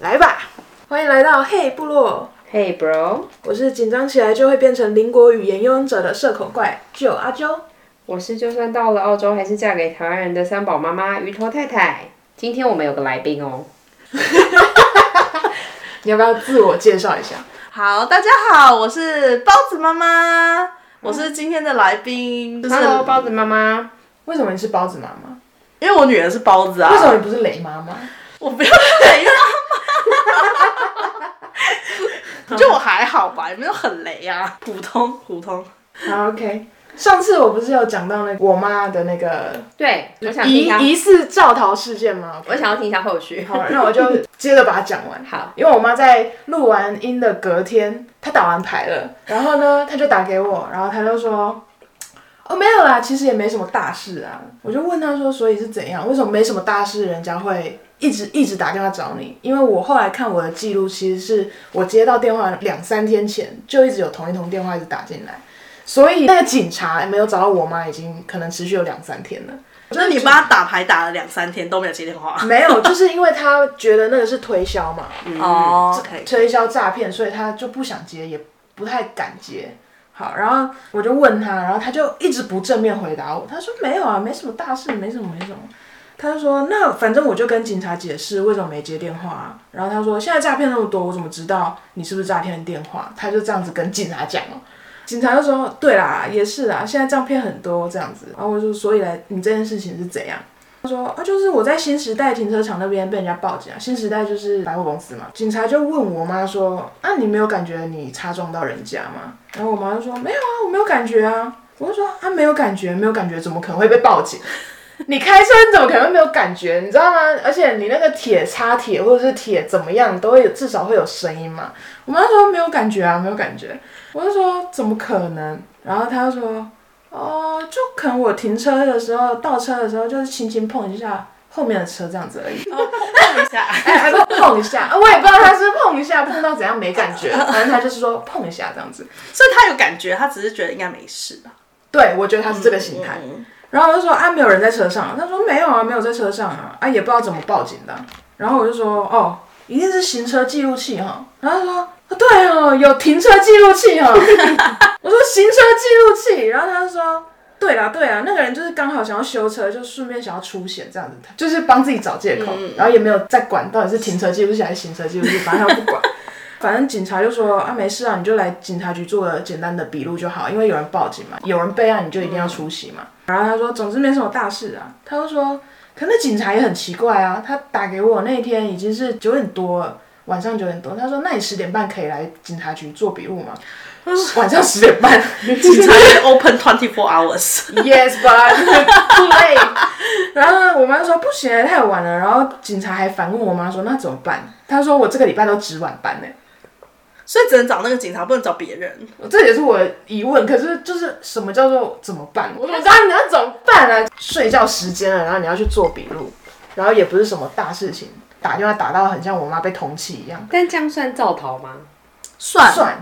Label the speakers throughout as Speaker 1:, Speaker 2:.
Speaker 1: 来吧，欢迎来到嘿部落，
Speaker 2: Hey bro，
Speaker 1: 我是紧张起来就会变成邻国语言拥有者的社恐怪舅阿啾。
Speaker 2: 我是就算到了澳洲还是嫁给台湾人的三宝妈妈鱼头太太。今天我们有个来宾哦，
Speaker 1: 你要不要自我介绍一下？
Speaker 3: 好，大家好，我是包子妈妈，我是今天的来宾，就是
Speaker 2: Hello 包子妈妈，
Speaker 1: 为什么你是包子妈妈？
Speaker 3: 因为我女儿是包子啊，
Speaker 1: 为 什么你不是雷妈妈？
Speaker 3: 我不要雷妈 妈？就我还好吧，也没有很雷啊，普通普通。
Speaker 1: 好，OK。上次我不是有讲到那个我妈的那个
Speaker 2: 对，我想听一
Speaker 1: 疑
Speaker 2: 下，
Speaker 1: 疑似造逃事件吗？
Speaker 2: 我想要听一下后续。
Speaker 1: 好，那我就接着把它讲完。
Speaker 2: 好，
Speaker 1: 因为我妈在录完音的隔天，她打完牌了，然后呢，她就打给我，然后她就说：“哦，没有啦，其实也没什么大事啊。”我就问她说：“所以是怎样？为什么没什么大事，人家会一直一直打电话找你？”因为我后来看我的记录，其实是我接到电话两三天前就一直有同一通电话一直打进来，所以那个警察没有找到我妈，已经可能持续有两三天了。
Speaker 3: 就是你妈打牌打了两三天都没有接电话，
Speaker 1: 没有，就是因为她觉得那个是推销嘛，
Speaker 3: 哦，
Speaker 1: 推销诈骗，所以他就不想接，也不太敢接。好，然后我就问他，然后他就一直不正面回答我，他说没有啊，没什么大事，没什么，没什么。他就说那反正我就跟警察解释为什么没接电话、啊，然后他说现在诈骗那么多，我怎么知道你是不是诈骗电话？他就这样子跟警察讲哦。警察就说：“对啦，也是啊，现在诈骗很多这样子。”然后我就说：“所以来，你这件事情是怎样？”他说：“啊，就是我在新时代停车场那边被人家报警啊，新时代就是百货公司嘛。”警察就问我妈说：“啊，你没有感觉你擦撞到人家吗？”然后我妈就说：“没有啊，我没有感觉啊。”我就说：“啊，没有感觉，没有感觉，怎么可能会被报警？” 你开车你怎么可能会没有感觉？你知道吗？而且你那个铁擦铁或者是铁怎么样，都会有至少会有声音嘛。我妈说没有感觉啊，没有感觉。我就说怎么可能？然后她就说哦，就可能我停车的时候倒车的时候，就是轻轻碰一下后面的车这样子而已。
Speaker 3: 碰一下，
Speaker 1: 哎，不碰一下，啊我也不知道他是碰一下碰到怎样没感觉，反正他就是说碰一下这样子。
Speaker 3: 所以她有感觉，她只是觉得应该没事吧。
Speaker 1: 对，我觉得他是这个心态。然后我就说啊，没有人在车上。他说没有啊，没有在车上啊，啊也不知道怎么报警的啊、然后我就说哦，一定是行车记录器哈、然后他说啊对哦，有停车记录器哦。 我说行车记录器，然后他就说。对啦，对啦，那个人就是刚好想要修车，就顺便想要出险这样子，就是帮自己找借口，然后也没有在管到底是停车记录器还是行车记录器，反正他不管。反正警察就说啊，没事啊，你就来警察局做个简单的笔录就好，因为有人报警嘛，有人备案，你就一定要出席嘛。然后他说，总之没什么大事啊。他就说，可那警察也很奇怪啊，他打给我那天已经是九点多了，晚上九点多，他说那你十点半可以来警察局做笔录吗？晚上十点半
Speaker 3: 警察也 open twenty four hours，
Speaker 1: ，Yes but too late。然后呢我妈就说不行，欸太晚了。然后警察还反问我妈说那怎么办？她说我这个礼拜都值晚班呢、欸
Speaker 3: 所以只能找那个警察，不能找别人。
Speaker 1: 这也是我的疑问，可是就是什么叫做怎么办？我怎么知道你要怎么办啊？睡觉时间了，然后你要去做笔录，然后也不是什么大事情，打电话打到很像我妈被通缉一样，
Speaker 2: 但这样算造逃吗？
Speaker 3: 算
Speaker 1: 算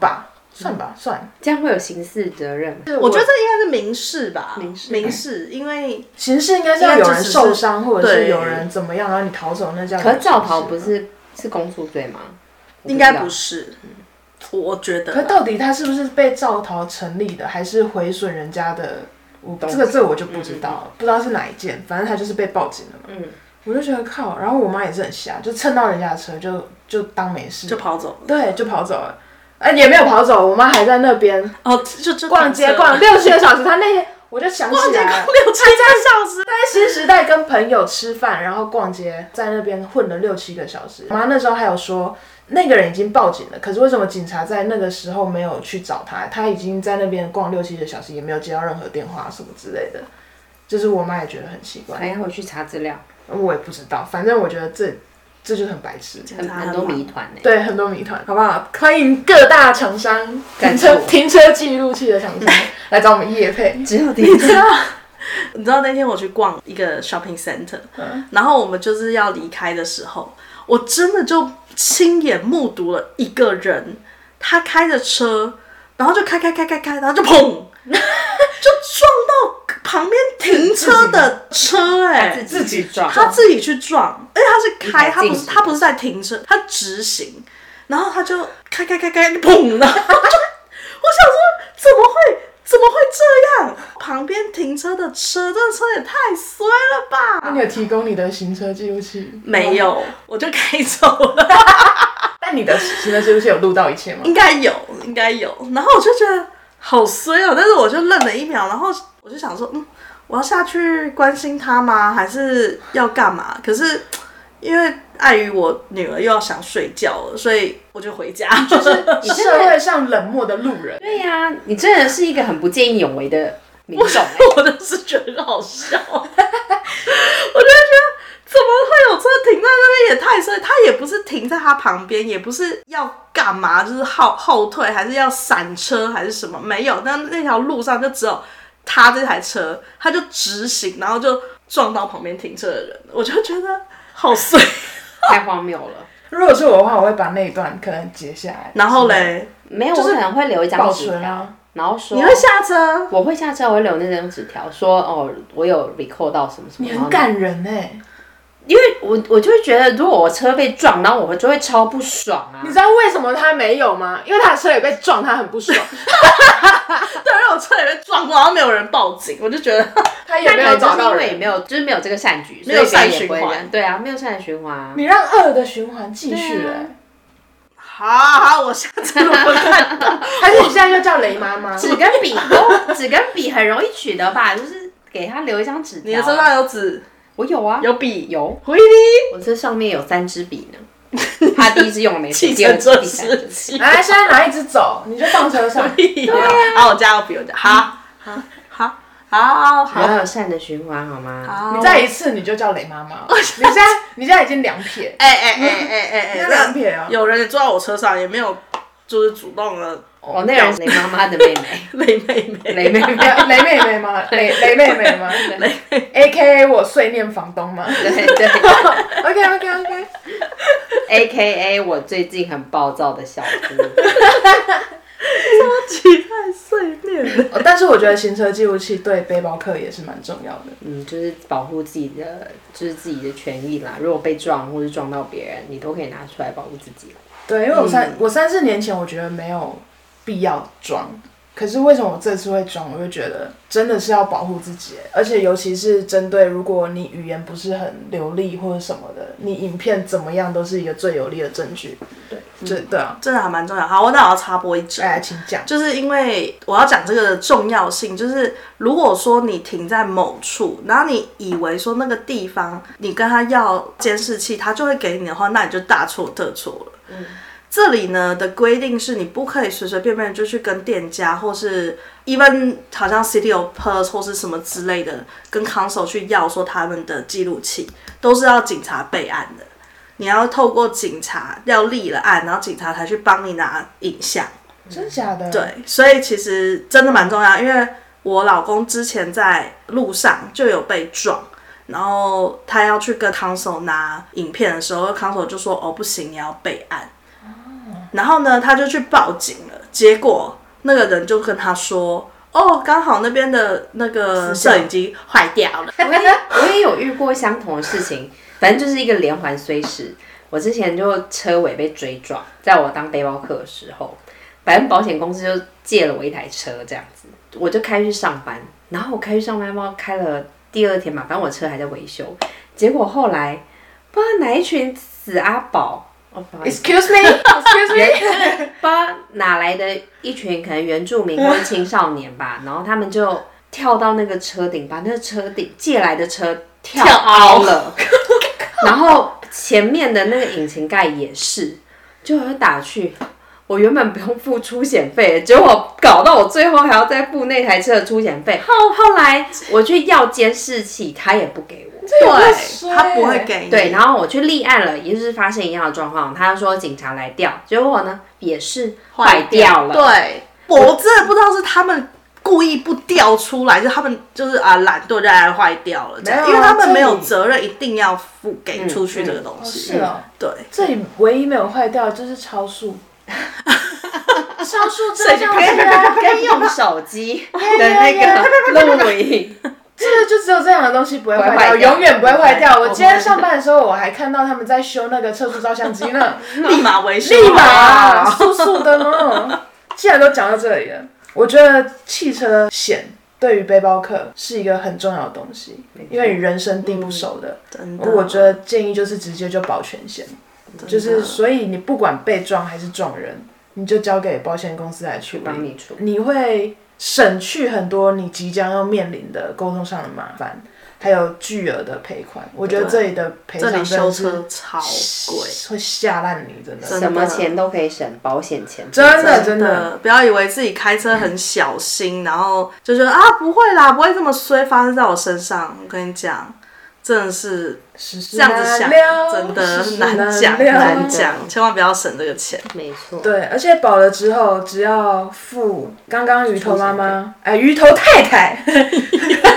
Speaker 1: 吧，算吧，算。
Speaker 2: 这样会有刑事责任吗？
Speaker 3: 我觉得这应该是民事吧，
Speaker 2: 民事
Speaker 3: 民事，因为
Speaker 1: 刑事应该是要有人受伤，或者是
Speaker 3: 对
Speaker 1: 有人怎么样，然后你逃走，那叫
Speaker 2: 可是造逃不
Speaker 1: 刑事。
Speaker 2: 是是公诉罪吗？
Speaker 3: 应该不
Speaker 2: 是。
Speaker 3: 是，我我觉得
Speaker 1: 可到底他是不是被造逃成立的，还是毁损人家的？我这个这个我就不知道
Speaker 3: 嗯
Speaker 1: 了，不知道是哪一件，反正他就是被报警了嘛。
Speaker 2: 嗯，
Speaker 1: 我就觉得靠，然后我妈也是很瞎，就蹭到人家的车就就当没事，
Speaker 3: 就跑走了。
Speaker 1: 对，就跑走了。哎、也没有跑走，我妈还在那边
Speaker 3: 哦，就就
Speaker 1: 逛街
Speaker 3: 躺着
Speaker 1: 逛六啊七个小时。她那天我就想
Speaker 3: 逛
Speaker 1: 起
Speaker 3: 街
Speaker 1: 来
Speaker 3: 逛
Speaker 1: 了，
Speaker 3: 六七个小时，
Speaker 1: 在新时代跟朋友吃饭，然后逛街，在那边混了六七个小时。我妈那时候还有说，那个人已经报警了，可是为什么警察在那个时候没有去找他？他已经在那边逛六七个小时，也没有接到任何电话什么之类的。就是我妈也觉得很奇怪，
Speaker 2: 还要回去查资料，
Speaker 1: 我也不知道，反正我觉得这这就是很白痴。
Speaker 2: 很
Speaker 3: 查
Speaker 2: 很
Speaker 3: 很
Speaker 2: 多
Speaker 3: 忙
Speaker 2: 谜团呢。欸
Speaker 1: 对，很多谜团，好不好？欢迎各大厂商停
Speaker 2: 赞
Speaker 1: 车
Speaker 2: 助
Speaker 1: 停车记录器的厂 商来找我们业配。
Speaker 2: 只有第一次。
Speaker 3: 你知道那天我去逛一个 shopping center，、
Speaker 1: 嗯
Speaker 3: 然后我们就是要离开的时候，我真的就亲眼目睹了一个人，他 开着车，然后就开开开开开，然后就砰，就撞到旁边停车的车、哎，
Speaker 2: 自己去撞，
Speaker 3: 他自己去撞，而且他是开，
Speaker 2: 你还
Speaker 3: 他
Speaker 2: 进
Speaker 3: 不是
Speaker 2: 行
Speaker 3: 他不是在停车，他直行，然后他就开开开开，砰 了。我想说怎么会怎么会这样？旁边停车的车，这车也太衰了吧！
Speaker 1: 那你有提供你的行车记录器？
Speaker 3: 没有，我就开走了。
Speaker 1: 但你的行车记录器有录到一切吗？
Speaker 3: 应该有，应该有。然后我就觉得好衰哦，但是我就愣了一秒，然后我就想说，嗯，我要下去关心他吗？还是要干嘛？可是因为碍于我女儿又要想睡觉了，所以我就回家。
Speaker 1: 你社会上冷漠的路人，
Speaker 2: 对呀、你真的是一个很不见义勇为的民
Speaker 3: 不是
Speaker 2: 众、，欸
Speaker 3: 我真是觉得好笑， 我就觉得。怎么会有车停在那边也太衰？他也不是停在他旁边，也不是要干嘛，就是后后退还是要闪车还是什么？没有，那那条路上就只有他这台车，他就直行，然后就撞到旁边停车的人，我就觉得好衰。
Speaker 2: 太荒谬了。
Speaker 1: 如果是我的话，我会把那一段可能截下来。
Speaker 3: 然后嘞，
Speaker 2: 没有，我可能会留一张
Speaker 1: 保
Speaker 2: 纸
Speaker 1: 存
Speaker 2: 条，
Speaker 1: 啊，
Speaker 2: 然后说
Speaker 3: 你会下车？
Speaker 2: 我会下车，我会留那张纸条，说哦，我有 record 到什么什么。
Speaker 1: 你
Speaker 2: 然后
Speaker 1: 很感人哎！
Speaker 2: 因为我我就会觉得，如果我车被撞，然后我就会超不爽啊
Speaker 4: 你。知道为什么他没有吗？因为他的车也被撞，他很不爽。
Speaker 3: 对，因为我车里面撞过，然后没有人报警，我就觉得
Speaker 1: 他也
Speaker 2: 但
Speaker 1: 没
Speaker 2: 可
Speaker 1: 有
Speaker 2: 能就
Speaker 1: 找
Speaker 2: 是
Speaker 1: 到
Speaker 2: 因为也
Speaker 1: 人，
Speaker 2: 没有，就是没有这个善举，所以
Speaker 3: 没有
Speaker 2: 别人
Speaker 3: 善
Speaker 2: 也不会
Speaker 3: 循环
Speaker 2: 这样对啊，没有善循环啊。
Speaker 1: 你让恶的循环继续
Speaker 2: 对啊
Speaker 1: 哎。
Speaker 3: 好 好，我下次如果看到。
Speaker 4: 还是你现在就叫雷妈妈？
Speaker 2: 纸跟笔都，纸跟笔很容易取得 吧？就是给他留一张纸条。啊
Speaker 3: 你的身上有纸、
Speaker 2: 我有啊，
Speaker 3: 有笔、
Speaker 2: 有，
Speaker 3: 回力，
Speaker 2: 我这上面有三支笔呢。他第一支用了没 水，
Speaker 3: 汽
Speaker 2: 第二
Speaker 3: 车
Speaker 2: 支、
Speaker 3: 这
Speaker 2: 第三支
Speaker 3: 事。情。
Speaker 1: 来，哎现在拿一只走，你就放车上。
Speaker 3: 对呀、啊，我家有笔，我家好，好，好，好，
Speaker 2: 不要
Speaker 3: 好，
Speaker 2: 有善的循环好吗？
Speaker 1: 你再一次你就叫雷妈妈。你现在你现在已经两撇，
Speaker 3: 哎哎哎哎哎哎，
Speaker 1: 那两撇啊。
Speaker 3: 有人也坐在我车上，也没有就是主动的
Speaker 2: 哦，那人是雷妈妈的妹妹，
Speaker 3: 雷妹妹，
Speaker 2: 雷妹妹，
Speaker 1: 雷妹妹吗？雷雷妹妹吗？A K A 我碎念房东吗
Speaker 2: 对对
Speaker 1: ？OK OK OK，
Speaker 2: ，A K A 我最近很暴躁的小姑，
Speaker 3: 起太碎念了。
Speaker 1: 哦但是我觉得行车记录器对背包客也是蛮重要的。
Speaker 2: 嗯，就是保护自己的，就是自己的权益啦。如果被撞或者撞到别人，你都可以拿出来保护自己。
Speaker 1: 对，因为我三、
Speaker 3: 嗯
Speaker 1: 我三四年前我觉得没有必要装，可是为什么我这次会装？我就觉得真的是要保护自己，而且尤其是针对如果你语言不是很流利或者什么的，你影片怎么样都是一个最有力的证据。对，对对啊，
Speaker 3: 真的还蛮重要。好，我那我要插播一句，
Speaker 1: 哎，请讲。
Speaker 3: 就是因为我要讲这个的重要性，就是如果说你停在某处，然后你以为说那个地方你跟他要监视器，他就会给你的话，那你就大错特错了。这里呢的规定是你不可以随随便便就去跟店家或是 even 好像 City of Perth 或是什么之类的跟 Council 去要说他们的记录器，都是要警察备案的。你要透过警察要立了案，然后警察才去帮你拿影像。
Speaker 1: 真假的？
Speaker 3: 对，所以其实真的蛮重要，因为我老公之前在路上就有被撞，然后他要去跟康手拿影片的时候，康手就说：“哦，不行，你要备案。”哦然后呢，他就去报警了，结果那个人就跟他说。哦，刚好那边的那个
Speaker 1: 死角
Speaker 3: 摄影机坏掉了，
Speaker 2: 我也我也有遇过相同的事情，反正就是一个连环碎事。我之前就车尾被追撞，在我当背包客的时候，反正保险公司就借了我一台车这样子，我就开去上班。然后我开去上班，不知道开了第二天嘛，反正我车还在维修。结果后来不知道哪一群死阿宝，哦，不好意思
Speaker 4: Excuse me，Excuse me，
Speaker 2: 不知道哪来的一群可能原住民或是青少年 吧，然后他们就跳到那个车顶，把那个车顶借来的车跳凹了， 然后前面的那个引擎盖也是，就有人打去。我原本不用付出险费，结果搞到我最后还要再付那台车的出险费。后后来我去要监视器，他也不给我。
Speaker 1: 这有个衰
Speaker 3: 对，他不会给你，
Speaker 2: 对，然后我去立案了，也就是发现一样的状况，他就说警察来调，结果呢也是坏掉了。
Speaker 3: 对，我真的不知道是他们故意不调出来，就他们就是啊懒惰就让它坏掉了，这样，
Speaker 1: 没有啊
Speaker 3: 因为他们
Speaker 1: 这
Speaker 3: 没有
Speaker 1: 里嗯
Speaker 3: 责任一定要付给出去这个东
Speaker 1: 哦
Speaker 3: 西。
Speaker 1: 是哦，
Speaker 3: 对，
Speaker 1: 这里唯一没有坏掉的就是超速。少数真相机啊，
Speaker 2: 跟用手机的那个录 影，
Speaker 1: 这个就只有这两个东西不会坏
Speaker 2: 不
Speaker 1: 掉，
Speaker 2: 会坏掉
Speaker 1: 永远不会坏掉。
Speaker 2: 不会
Speaker 1: 我今天上班的时候，我还看到他们在修那个测速照相机呢，
Speaker 3: 立马维修，
Speaker 1: 立马速速啊的呢。 既然都讲到这里了，我觉得汽车险对于背包客是一个很重要的东西，因为你人生地不熟的，
Speaker 3: 真的，
Speaker 1: 我觉得建议就是直接就保全险，就是所以你不管被撞还是撞人，你就交给保险公司来处
Speaker 2: 帮
Speaker 1: 理，
Speaker 2: 你出。
Speaker 1: 你会省去很多你即将要面临的沟通上的麻烦，还有巨额的赔款。我觉得这里的赔
Speaker 3: 这
Speaker 1: 偿
Speaker 3: 里
Speaker 1: 真
Speaker 3: 修
Speaker 1: 的是
Speaker 3: 车超贵，
Speaker 1: 会吓烂你，真的。
Speaker 3: 真的
Speaker 2: 什么钱都可以省，保险钱
Speaker 1: 真的
Speaker 3: 真的，不要以为自己开车很小心，然后就觉得啊不会啦，不会这么衰发生在我身上。我跟你讲，真的是
Speaker 1: 这
Speaker 3: 这样子想，真的难讲难讲，千万不要省这个钱。
Speaker 2: 没错。
Speaker 1: 对，而且保了之后，只要付刚刚鱼头妈妈，哎，鱼头太太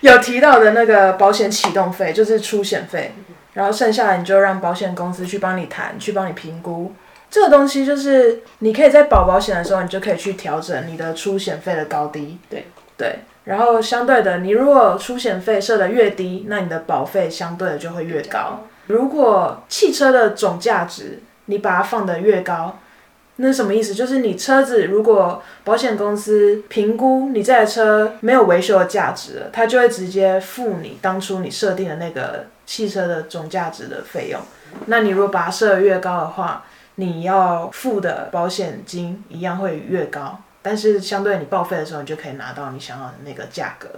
Speaker 1: 有提到的那个保险启动费，就是出险费，然后剩下的你就让保险公司去帮你谈，去帮你评估。这个东西就是你可以在保保险的时候，你就可以去调整你的出险费的高低。
Speaker 2: 对
Speaker 1: 对，然后相对的，你如果出险费设的越低，那你的保费相对的就会越高。如果汽车的总价值你把它放得越高，那是什么意思？就是你车子如果保险公司评估你这台车没有维修的价值了，它就会直接付你当初你设定的那个汽车的总价值的费用。那你如果把它设得越高的话，你要付的保险金一样会越高，但是相对你报废的时候，你就可以拿到你想要的那个价格。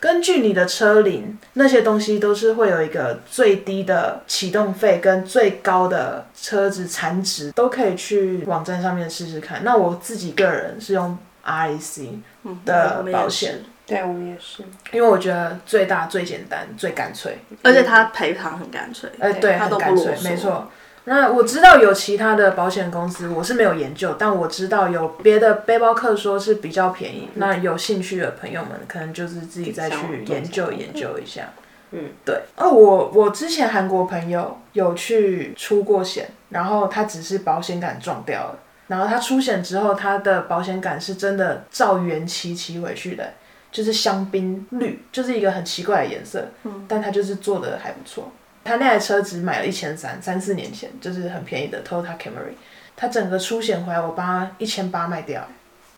Speaker 1: 根据你的车龄，那些东西都是会有一个最低的启动费跟最高的车子残值，都可以去网站上面试试看。那我自己个人是用 REC
Speaker 3: 嗯
Speaker 1: 的保险，
Speaker 2: 对我们也是。
Speaker 1: 因为我觉得最大、最简单、最干脆。
Speaker 3: 而且
Speaker 2: 嗯
Speaker 3: 它赔偿很干脆，
Speaker 1: 哎、对，
Speaker 3: 他
Speaker 1: 很
Speaker 3: 都
Speaker 1: 干
Speaker 3: 不
Speaker 1: 脆
Speaker 3: 啰，嗦
Speaker 1: 没错。那我知道有其他的保险公司，我是没有研究，但我知道有别的背包客说是比较便宜。那有兴趣的朋友们，可能就是自己再去研究研究一下。嗯，对。哦，我我之前韩国朋友有去出过险，然后他只是保险杆撞掉了，然后他出险之后，他的保险杆是真的照原漆漆回去的，就是香槟绿，就是一个很奇怪的颜色，
Speaker 3: 嗯
Speaker 1: 但他就是做的还不错。他那台车只买了一千三，三四年前就是很便宜的 Toyota Camry，他整个出险回来，我帮他一千八卖掉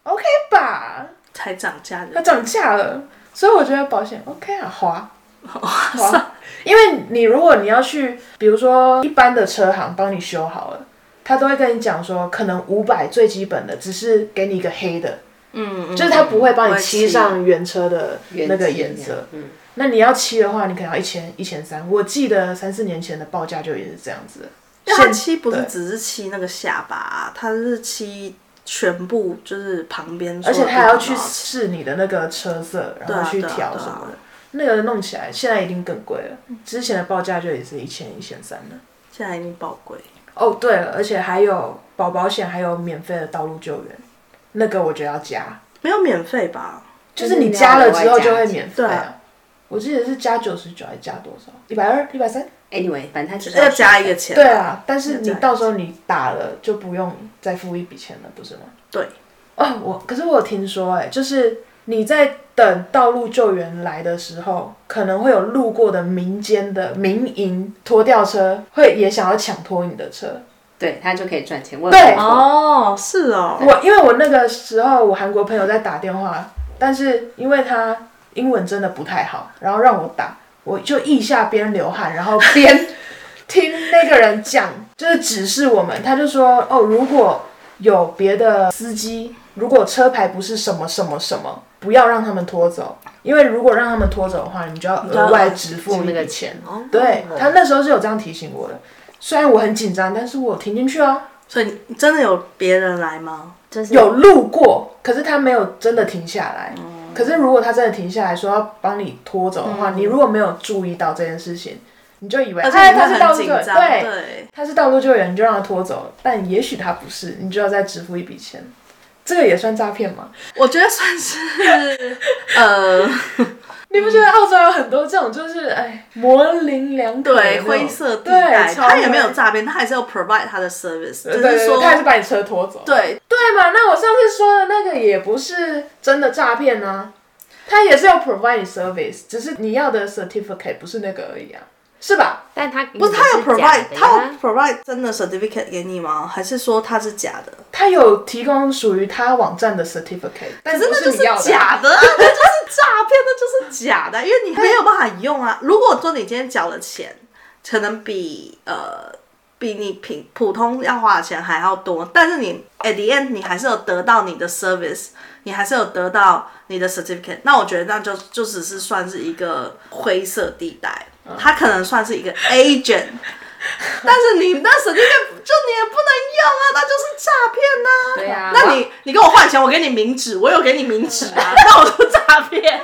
Speaker 1: ，OK 吧？
Speaker 3: 才涨价
Speaker 1: 它
Speaker 3: 的。
Speaker 1: 涨价了，所以我觉得保险 OK 啊，花花，因为你如果你要去，比如说一般的车行帮你修好了，他都会跟你讲说，可能五百最基本的，只是给你一个黑的，
Speaker 3: 嗯，
Speaker 1: 就是他不会帮你漆
Speaker 3: 漆
Speaker 1: 上原车的那个
Speaker 2: 原漆
Speaker 1: 颜色。
Speaker 2: 嗯
Speaker 1: 那你要漆的话，你可能要一千一千三。我记得三四年前的报价就也是这样子。
Speaker 3: 因为它
Speaker 1: 现
Speaker 3: 漆不是
Speaker 1: 对
Speaker 3: 只是漆那个下巴，它是漆全部，就是旁边，
Speaker 1: 而且他还要去
Speaker 3: 所有地方
Speaker 1: 试你的那个车色，然
Speaker 3: 啊
Speaker 1: 后去
Speaker 3: 对啊
Speaker 1: 调
Speaker 3: 对啊嗯
Speaker 1: 什么的。那个弄起来现在一定更贵了，之前的报价就也是一千一千三了。
Speaker 3: 现在已经爆贵。
Speaker 1: 哦，对了，而且还有保保险，还有免费的道路救援，那个我觉得要加，
Speaker 3: 没有免费吧？
Speaker 1: 就是你加了之后就会免费
Speaker 3: 对
Speaker 1: 啊
Speaker 3: 啊。
Speaker 1: 我记得是加九十九还是加多少？一百二、一百三？
Speaker 2: Anyway，反正它就是
Speaker 3: 要加一个钱。
Speaker 1: 对啊，但是
Speaker 3: 要
Speaker 1: 你
Speaker 3: 加
Speaker 1: 到时候你打了就不用再付一笔钱了，不是吗？
Speaker 3: 对，
Speaker 1: 哦，我可是我有听说、哎，就是你在等道路救援来的时候，可能会有路过的民间的民营拖吊车会也想要抢拖你的车。
Speaker 2: 对它就可以赚钱。我有
Speaker 1: 对
Speaker 2: 听过
Speaker 3: 哦，是哦，
Speaker 1: 我因为我那个时候我韩国朋友在打电话，但是因为他英文真的不太好，然后让我打，我就腋下边流汗，然后边听那个人讲，就是指示我们，他就说哦，如果有别的司机，如果车牌不是什么什么什么，不要让他们拖走，因为如果让他们拖走的话，你就要额外支付那
Speaker 2: 那
Speaker 1: 个
Speaker 2: 个
Speaker 1: 钱
Speaker 2: 钱。
Speaker 1: 对他那时候是有这样提醒我的，虽然我很紧张，但是我听进去哦。
Speaker 3: 所以你真的有别人来吗？
Speaker 2: 就是
Speaker 1: 有路过，可是他没有真的停下来。
Speaker 3: 嗯
Speaker 1: 可是如果他真的停下来说要帮你拖走的话，你如果没有注意到这件事情，你就以为
Speaker 3: 而且
Speaker 1: 哎
Speaker 3: 你
Speaker 1: 他是
Speaker 3: 会
Speaker 1: 道路
Speaker 3: 很紧
Speaker 1: 救援，
Speaker 3: 张，
Speaker 1: 对，
Speaker 3: 对，
Speaker 1: 他是道路救援，你就让他拖走了。但也许他不是，你就要再支付一笔钱。
Speaker 3: 嗯
Speaker 1: 这个也算诈骗吗？
Speaker 3: 我觉得算是呃，
Speaker 1: 你不觉得澳洲有很多这种就是哎模棱两可的那
Speaker 3: 对
Speaker 1: 种
Speaker 3: 灰色地带，
Speaker 1: 对超
Speaker 3: 他也没有
Speaker 1: 灰
Speaker 3: 诈骗，他还是要 provide 他的 service，
Speaker 1: 对
Speaker 3: 只
Speaker 1: 对
Speaker 3: 是
Speaker 1: 对
Speaker 3: 说
Speaker 1: 他还是把你车拖走。
Speaker 3: 对
Speaker 1: 对嘛？那我上次说的那个也不是真的诈骗啊，他也是要 provide 你 service，只是你要的 certificate 不是那个而已啊，是吧？
Speaker 2: 但他不
Speaker 3: 不是他有 provide，
Speaker 2: 他
Speaker 3: 他有 provide 真的 certificate 给你吗？还是说他是假的？
Speaker 1: 他有提供属于他网站的 certificate，但
Speaker 3: 真
Speaker 1: 不
Speaker 3: 的就是
Speaker 1: 你要的啊。
Speaker 3: 假的 啊，那就是诈骗，那就是假的，因为你没有办法用啊。如果说你今天缴了钱，可能比呃比你平普通要花的钱还要多，但是你 at the end 你还是有得到你的 service，你还是有得到你的 certificate。那我觉得那就就只是算是一个灰色地带，它可能算是一个 agent。但是你那 certificate 就你也不能用啊，那就是诈骗呐、
Speaker 2: 对啊，
Speaker 3: 那你你跟我换钱，我给你明纸，我有给你明纸啊，那我就诈骗。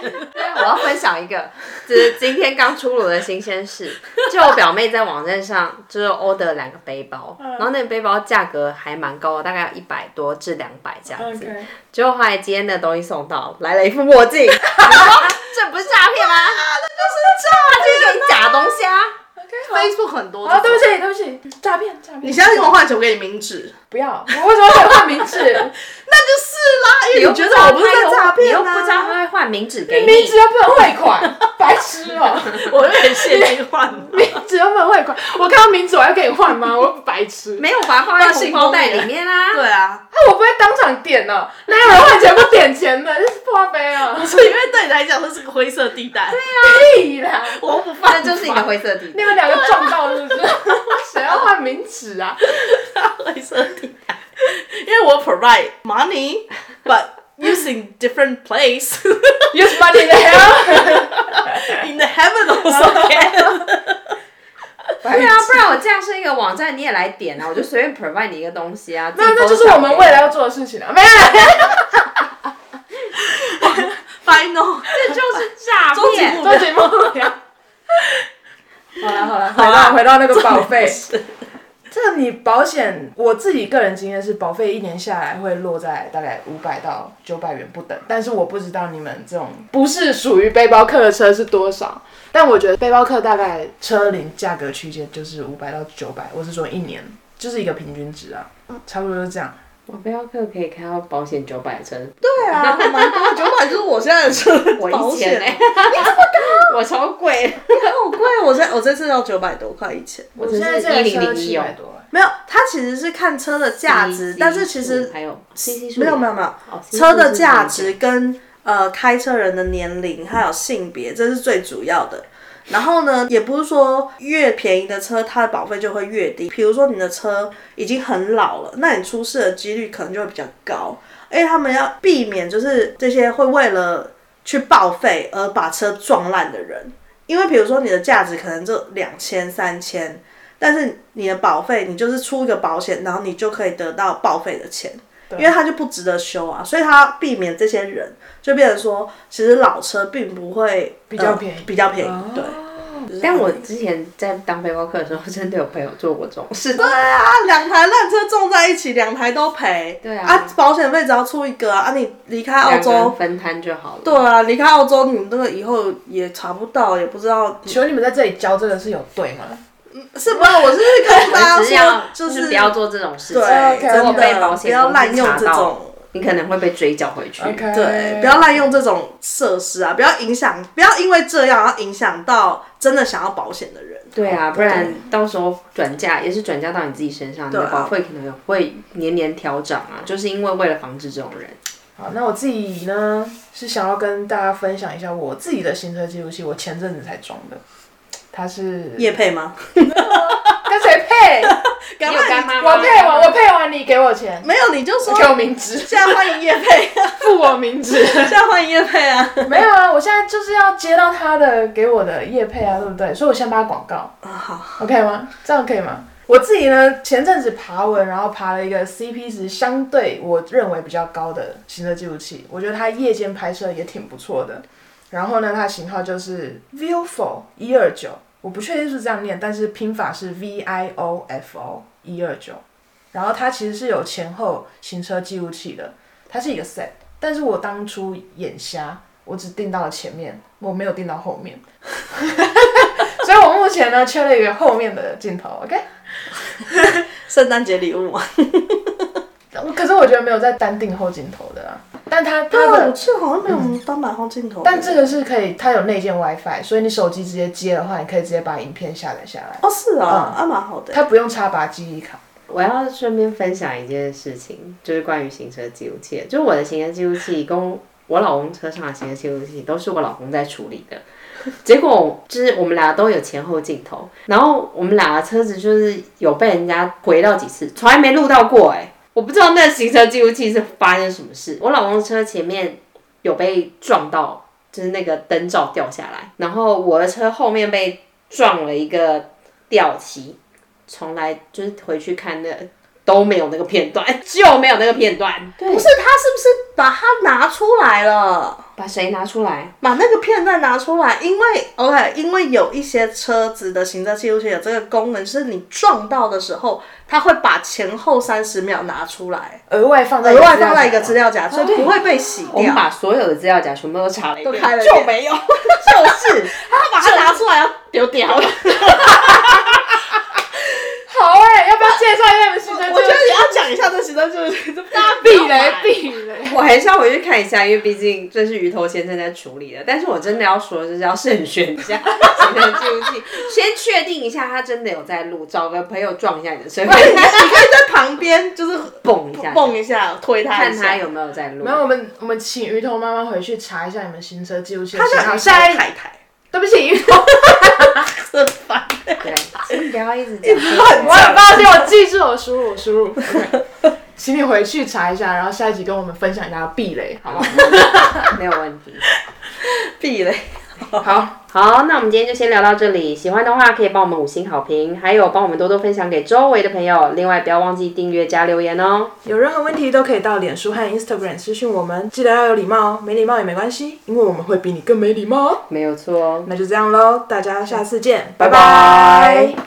Speaker 2: 我要分享一个，就是今天刚出炉的新鲜事。 就我表妹在网站上就是 order 两个背包，然后那个背包价格还蛮高的，大概一百多至两百这样子。
Speaker 1: OK，
Speaker 2: 结果后来今天的东西送到，来了一副墨镜， 然后这不是诈骗吗？啊那就是诈骗，给你假东西啊！
Speaker 3: Facebook 很多
Speaker 1: 好，对不
Speaker 3: 这种，
Speaker 1: 起，对不起，诈骗，诈骗。
Speaker 3: 你现在跟我换钱，我给你明纸，
Speaker 1: 不要，我为什么可以换名 字？
Speaker 3: 那就是啦，因为
Speaker 2: 又
Speaker 3: 你
Speaker 2: 不
Speaker 3: 觉
Speaker 2: 知
Speaker 3: 得
Speaker 2: 道
Speaker 3: 我不是
Speaker 2: 他
Speaker 3: 在
Speaker 2: 有
Speaker 3: 诈
Speaker 2: 你
Speaker 3: 骗
Speaker 2: 又不知道
Speaker 3: 啊？
Speaker 2: 他会换名字给
Speaker 1: 名字
Speaker 2: 你。
Speaker 1: 又不能汇款，白痴哦、
Speaker 3: 我有点现金换，
Speaker 1: 名字又不能汇款，我看到名字我要给你换吗？我白痴。
Speaker 2: 没有把它放在红包袋里面啊！
Speaker 3: 对啊，
Speaker 1: 那、我不会当场点哦、哪有人换钱不点钱的？ 这是破杯啊！
Speaker 3: 所以因为对你来讲这是个灰色地带，
Speaker 1: 屁啦！
Speaker 3: 我不犯
Speaker 2: 那就是你的灰色地带
Speaker 1: 你。们两个撞到是不是？谁要换名字啊？
Speaker 3: 灰色地带，因为我 provide money，but using different place
Speaker 1: Use money there。
Speaker 3: in the heaven also can。
Speaker 1: 对
Speaker 2: 对啊，不然我架设一个网站，你也来点啊，我就随便 provide 你一个东西啊。
Speaker 1: 那那就是我们未来要做的事情啊！没有啦，
Speaker 3: Final，
Speaker 2: 这就是诈
Speaker 3: 终极
Speaker 2: 骗
Speaker 3: 目。
Speaker 1: 做节 目了。好了好了，啊回
Speaker 3: 啦
Speaker 1: 到回到那个保 费。
Speaker 3: 是
Speaker 1: 这你保险，我自己个人经验是，保费一年下来会落在大概五百到九百元不等。但是我不知道你们这种不是属于背包客的车是多少，但我觉得背包客大概车龄价格区间就是五百到九百，我是说一年就是一个平均值啊，差不多就是这样。
Speaker 2: 我不要课可以开到保险九百层，
Speaker 3: 对啊，蛮多九百就是我现在的车
Speaker 2: 我
Speaker 3: 保
Speaker 2: 一千
Speaker 3: 险哎
Speaker 2: 呢、我超贵。
Speaker 3: 好贵，我这我这次要九百多块一千，
Speaker 1: 我
Speaker 2: 真
Speaker 1: 现在
Speaker 2: 是
Speaker 1: 这台车
Speaker 2: 1001
Speaker 1: 七
Speaker 2: 哦
Speaker 1: 百多，
Speaker 3: 没有，它其实是看车的价值，但是其实
Speaker 2: 还有 CC 数
Speaker 3: 没有没有没有，
Speaker 2: 哦
Speaker 3: 车的价值跟呃开车人的年龄还有性别，这是最主要的。然后呢，也不是说越便宜的车它的保费就会越低。比如说你的车已经很老了，那你出事的几率可能就会比较高。而且他们要避免就是这些会为了去报废而把车撞烂的人，因为比如说你的价值可能就两千三千，但是你的保费你就是出一个保险，然后你就可以得到报废的钱。因为它就不值得修啊，所以它避免这些人，就变成说，其实老车并不会比
Speaker 1: 较便宜哦
Speaker 3: 比较便宜，对。
Speaker 2: 但我之前在当背包客的时候，真的有朋友做过这种事。
Speaker 3: 对啊，两台烂车撞在一起，两台都赔。
Speaker 2: 对啊
Speaker 3: 保险费只要出一个啊，啊你离开澳
Speaker 2: 两个人
Speaker 3: 洲，
Speaker 2: 分摊就好了。
Speaker 3: 对啊，离开澳洲，你那个以后也查不到，也不知道
Speaker 1: 请问你们在这里教这个是有对吗？
Speaker 3: 是不是？我是跟大
Speaker 2: 只是要
Speaker 3: 家说，就
Speaker 2: 不要做这种事情，
Speaker 3: 对，
Speaker 1: OK，OK，
Speaker 2: 如果
Speaker 3: 真
Speaker 2: 被保
Speaker 3: 的不
Speaker 2: 险
Speaker 3: 要
Speaker 2: 公
Speaker 3: 滥
Speaker 2: 司
Speaker 3: 用
Speaker 2: 查
Speaker 3: 这
Speaker 2: 到，
Speaker 3: 种。
Speaker 2: 你可能会被追缴回去。
Speaker 1: OK，
Speaker 3: 对，不要滥用这种设施啊！不要影响，不要因为这样要影响到真的想要保险的人。
Speaker 2: 对啊，不然到时候转嫁也是转嫁到你自己身上，你的
Speaker 3: 啊
Speaker 2: 保费可能也会年年调涨啊，就是因为为了防止这种人。
Speaker 1: 好，那我自己呢是想要跟大家分享一下我自己的行车记录器，我前阵子才装的，它是
Speaker 3: 叶配 吗？
Speaker 1: 跟谁配？
Speaker 3: 干
Speaker 2: 你有干妈吗
Speaker 1: 我配完，我配完你给我钱，
Speaker 3: 没有，你就说
Speaker 1: 给我名字，
Speaker 3: 现在欢迎叶 配，
Speaker 1: 付我名字。
Speaker 3: 现在欢迎叶配啊！
Speaker 1: 没有啊，我现在就是要接到他的给我的业配啊，对不对？所以我先把广告
Speaker 3: 啊好，
Speaker 1: ，OK 吗？这样可以吗？我自己呢，前阵子爬文，然后爬了一个 CP 值相对我认为比较高的行车记录器，我觉得它夜间拍摄也挺不错的。然后呢，它的型号就是 Viofo 一二九，我不确定是不是这样念，但是拼法是 V I O F O 一二九。然后它其实是有前后行车记录器的，它是一个 set。但是我当初眼瞎，我只订到了前面，我没有订到后面， 所以我目前呢缺了一个后面的镜头，OK？
Speaker 3: 圣诞节礼物啊，
Speaker 1: 可是我觉得没有在单订后镜头的啦，但它它
Speaker 3: 对，啊我
Speaker 1: 的。
Speaker 3: 记得好像没有什么单买后镜头的，
Speaker 1: 但这个是可以，它有内建 WiFi，所以你手机直接接的话，你可以直接把影片下载下来，
Speaker 3: 哦是啊，啊蛮好的，
Speaker 1: 它不用插拔记忆卡。
Speaker 2: 我要顺便分享一件事情，就是关于行车记录器的，就是我的行车记录器跟我老公车上的行车记录器都是我老公在处理的。结果就是我们俩都有前后镜头，然后我们俩的车子就是有被人家回到几次，从来没录到过哎、我不知道那行车记录器是发生什么事。我老公的车前面有被撞到，就是那个灯罩掉下来，然后我的车后面被撞了一个吊旗，从来就是回去看那都没有那个片段， 就没有那个片段，
Speaker 3: 不是他是不是把它拿出来了？
Speaker 2: 把谁拿出来？
Speaker 3: 把那个片段拿出来，因为 OK，因为有一些车子的行车记录器有这个功能，是你撞到的时候，它会把前后三十秒拿出来，
Speaker 1: 额外放在
Speaker 3: 额外放在一个
Speaker 1: 资
Speaker 3: 资
Speaker 1: 料
Speaker 3: 料夹，所以不会被洗
Speaker 2: 啊我
Speaker 3: 掉
Speaker 2: 们。把所有的资料夹全部都查了一
Speaker 3: 都
Speaker 2: 遍，
Speaker 3: 开了一遍
Speaker 2: 就没有，
Speaker 3: 就是他把它拿出来要啊
Speaker 2: 丢掉了。
Speaker 1: 夹。好哎、要不要介绍一下你们行
Speaker 3: 我
Speaker 1: 程？
Speaker 3: 觉得你要讲一下这行车记录器，
Speaker 4: 避雷避雷。
Speaker 2: 我还是要回去看一下，因为毕竟这是鱼头先生在处理的。但是我真的要说，就是要慎选一 下行车记录器，先确定一下他真的有在录，找个朋友撞一下你的身份，
Speaker 3: 你可以在旁边就是
Speaker 2: 蹦 一下，
Speaker 3: 蹦一下，推他
Speaker 2: 看
Speaker 3: 一
Speaker 2: 他
Speaker 3: 下。
Speaker 2: 有没有在录。
Speaker 1: 然后我们我们请鱼头妈妈回去查一下你们行车记录器的
Speaker 3: 他
Speaker 1: 信
Speaker 3: 就
Speaker 1: 号。
Speaker 3: 很
Speaker 1: 下一，
Speaker 3: 太太，
Speaker 1: 对不起，鱼头，
Speaker 3: 很 烦。
Speaker 2: 对，先不要一直 讲。
Speaker 1: 我很抱歉，我记住我输入，我输 入。OK 请你回去查一下，然后下一集跟我们分享一下避雷，好不好？
Speaker 2: 没有问题。
Speaker 3: 避雷。
Speaker 1: 好，
Speaker 2: 好，那我们今天就先聊到这里。喜欢的话可以帮我们五星好评，还有帮我们多多分享给周围的朋友。另外，不要忘记订阅加留言哦。
Speaker 1: 有任何问题都可以到脸书和 Instagram 私讯我们，记得要有礼貌哦，没礼貌也没关系，因为我们会比你更没礼貌哦。
Speaker 2: 没有错哦。
Speaker 1: 那就这样喽，大家下次见，拜
Speaker 2: 拜
Speaker 1: 拜
Speaker 2: 拜